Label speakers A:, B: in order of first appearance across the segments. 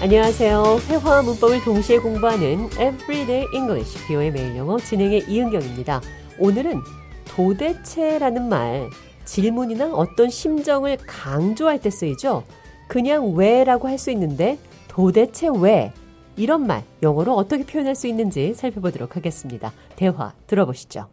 A: 안녕하세요. 회화와 문법을 동시에 공부하는 Everyday English 비오의 매일 영어 진행의 이은경입니다. 오늘은 도대체라는 말, 질문이나 어떤 심정을 강조할 때 쓰이죠. 그냥 왜라고 할 수 있는데 도대체 왜 이런 말 영어로 어떻게 표현할 수 있는지 살펴보도록 하겠습니다. 대화 들어보시죠.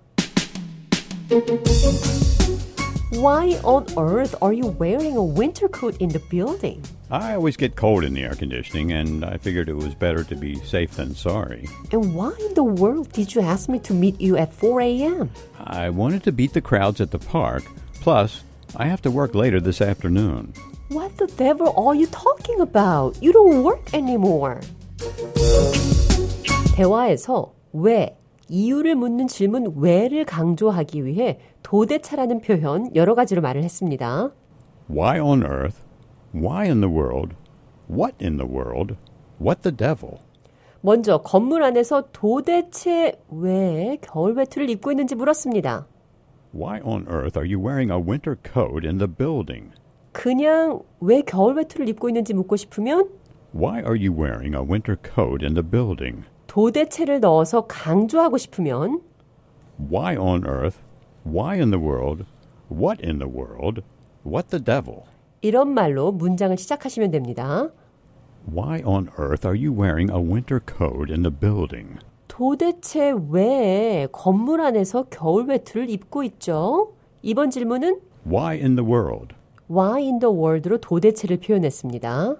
A: Why on earth are you wearing a winter coat in the building?
B: I always get cold in the air conditioning, and I figured it was better to be safe than sorry.
A: And why in the world did you ask me to meet you at 4 a.m.?
B: I wanted to beat the crowds at the park, plus, I have to work later this afternoon.
A: What the devil are you talking about? You don't work anymore. 대화에서 왜 이유를 묻는 질문 왜를 강조하기 위해 도대체라는 표현 여러 가지로 말을 했습니다.
B: Why on earth? Why in the world? What in the world? What the devil?
A: 먼저 건물 안에서 도대체 왜 겨울 외투를 입고 있는지 물었습니다.
B: Why on earth are you wearing a winter coat in the building?
A: 그냥 왜 겨울 외투를 입고 있는지 묻고 싶으면
B: Why are you wearing a winter coat in the building?
A: 도대체를 넣어서 강조하고 싶으면
B: Why on earth? Why in the world? What in the world? What the devil?
A: 이런 말로 문장을 시작하시면 됩니다.
B: Why on earth are you wearing a winter coat in the building?
A: 도대체 왜 건물 안에서 겨울 외투를 입고 있죠? 이번 질문은
B: Why in the world?
A: why in the world로 도대체를 표현했습니다.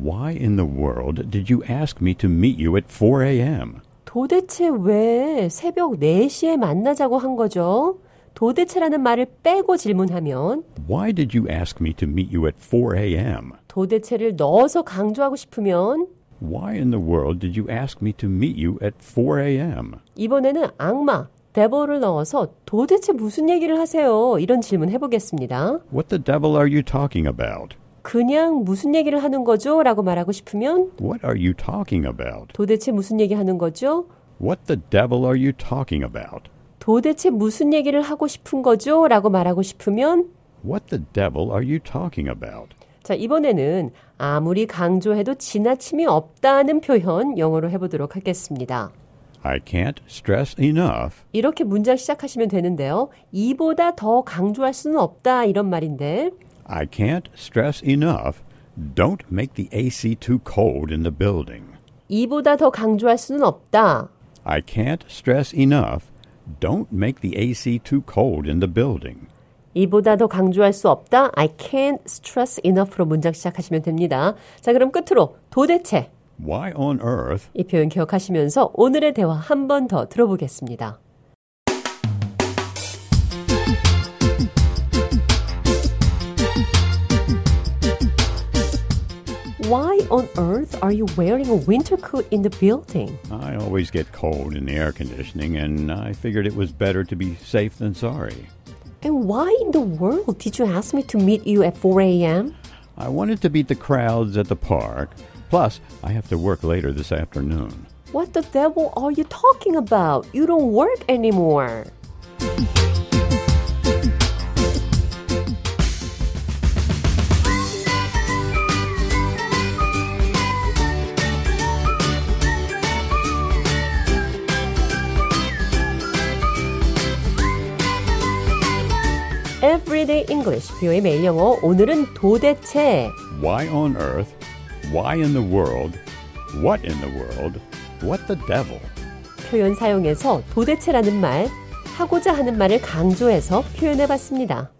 B: Why in the world did you ask me to meet you at 4 a.m.?
A: 도대체 왜 새벽 4시에 만나자고 한 거죠? 도대체라는 말을 빼고 질문하면
B: Why did you ask me to meet you at 4 a.m.?
A: 도대체를 넣어서 강조하고 싶으면
B: Why in the world did you ask me to meet you at 4 a.m.?
A: 이번에는 악마, 데버를 넣어서 도대체 무슨 얘기를 하세요? 이런 질문 해보겠습니다.
B: What the devil are you talking about?
A: 그냥 무슨 얘기를 하는 거죠? 라고 말하고 싶으면
B: What are you talking about?
A: 도대체 무슨 얘기 하는 거죠?
B: What the devil are you talking about?
A: 도대체 무슨 얘기를 하고 싶은 거죠? 라고 말하고 싶으면
B: What the devil are you talking about?
A: 자, 이번에는 아무리 강조해도 지나침이 없다는 표현 영어로 해보도록 하겠습니다.
B: I can't stress enough
A: 이렇게 문장 시작하시면 되는데요. 이보다 더 강조할 수는 없다 이런 말인데
B: I can't stress enough. Don't make the AC too cold in the building.
A: 이보다 더 강조할 수는 없다.
B: I can't stress enough. Don't make the AC too cold in the building.
A: 이보다 더 강조할 수 없다. I can't stress enough로 문장 시작하시면 됩니다. 자, 그럼 끝으로 도대체
B: Why on earth?
A: 이 표현 기억하시면서 오늘의 대화 한 번 더 들어보겠습니다. Why on earth are you wearing a winter coat in the building?
B: I always get cold in the air conditioning, and I figured it was better to be safe than sorry.
A: And why in the world did you ask me to meet you at 4 a.m.?
B: I wanted to beat the crowds at the park. Plus, I have to work later this afternoon.
A: What the devil are you talking about? You don't work anymore. Everyday English, 비오의 매일 영어. 오늘은 도대체
B: Why on earth? Why in the world? What in the world? What the devil?
A: 표현 사용해서 도대체라는 말, 하고자 하는 말을 강조해서 표현해 봤습니다.